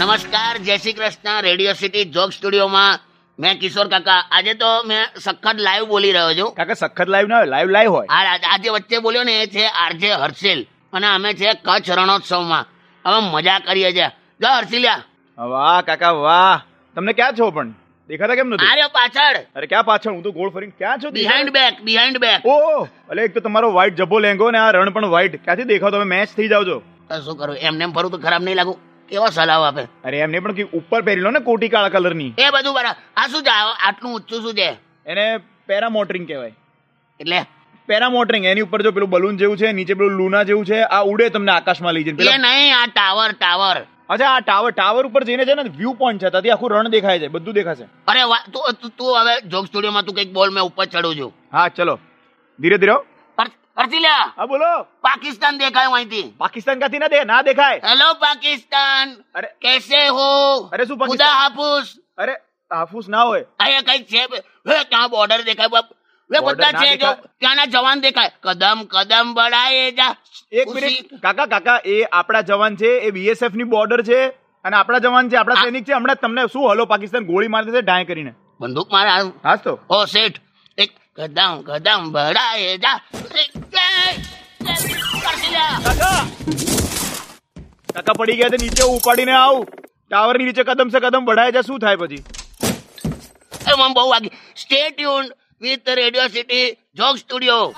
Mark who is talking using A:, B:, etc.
A: નમસ્કાર જય Shri Krishna Radio City joke સ્ટુડિયોમાં મેં કિશોર કાકા આજે તો મેં સખત લાઈવ બોલી રહ્યો છું
B: કાકા સખત લાઈવ ના હોય લાઈવ લાઈવ હોય
A: આ આ- આજે વચ્ચે બોલ્યો ને એ છે આરજે હર્ષિલ અને અમે છે કચ્છ રણોત્સવમાં હવે મજા કરીએ છે જો હર્ષિલ્યા
B: વાહ કાકા વાહ તમને ક્યાં છો પણ દેખાતા કેમ નથી
A: આર્યો પાછળ
B: અરે ક્યાં પાછળ હું તો ગોળ ફરીને ક્યાં છો
A: બિહાઇન્ડ બેક બિહાઇન્ડ બેક
B: ઓ અલે એક તો તમારો white જબ્બો લહેંગો ને આ રણ પણ white. ક્યાંથી દેખાવ તમે match થઈ જાઓ છો
A: તો શું કરું એમને એમ ફરું તો ખરાબ નહીં લાગુ કેવો સલાહ આપે
B: અરે એમને પણ કંઈક ઉપર પહેરી લો ને કોટી કાળા કલરની
A: એ બધું બરાબર આ શું છે આ- આટલું ઊંચું શું છે
B: એને પેરામોટરિંગ કહેવાય
A: એટલે
B: પેરામોટરિંગ એની ઉપર જો પેલું balloon જેવું છે નીચે પેલું લૂના જેવું છે આ ઉડે તમને આકાશમાં લઈ જઈને
A: એ
B: પેલા
A: નહીં આ ટાવર ટાવર
B: અચ્છા આ ટાવર ટાવર ઉપર જઈને છે ને વ્યૂ પોઈન્ટ છે ત્યાંથી આખું રણ દેખાય છે બધું દેખાશે
A: અરે વાહ તું તું- તું હવે જોક સ્ટુડિયોમાં તું કઈક બોલ મેં ઉપર ચડું છું
B: હા ચલો ધીરે ધીરે હો.
A: હર- હર્ષિલ્યા
B: હા બોલો
A: પાકિસ્તાન દેખાય અહીંથી
B: પાકિસ્તાન કાથી ના દે ના દેખાય
A: હેલો પાકિસ્તાન
B: અરે
A: કેસે હો
B: અરે શું
A: ખુદા
B: પાકિસ્તાન?
A: હાફુઝ
B: અરે હાફૂસ ના હોય
A: અહીંયા કંઈક છે બે. હે ત્યાં બોર્ડર દેખાય બાપ વે
B: Border
A: બધા
B: ના
A: છે જો
B: દેખાય.
A: ત્યાંના જવાન દેખાય કદમ કદમ બળાએ જા
B: એક
A: ઉસી-
B: મિનિટ કાકા કાકા એ આપણા જવાન છે એ બીએસએફ ની બોર્ડર છે અને આપણા જવાન છે આપણા
A: આ-
B: સૈનિક છે હમણાં જ તમને શું હલો પાકિસ્તાન ગોળી મારી દેશે ડાય કરીને
A: બંદૂક મારે આ-
B: હાસ તો
A: ઓ શેઠ એક કદમ કદમ બળાએ જા એ- એ- એ- કરશી લ્યા.
B: કાકા કાકા પડી ગયા તો નીચે ઉપાડીને આવ ટાવર ની નીચે કદમ સે કદમ બઢાય છે શું થાય પછી
A: એ મને બહુ વાગી stay tune with Radio City joke studio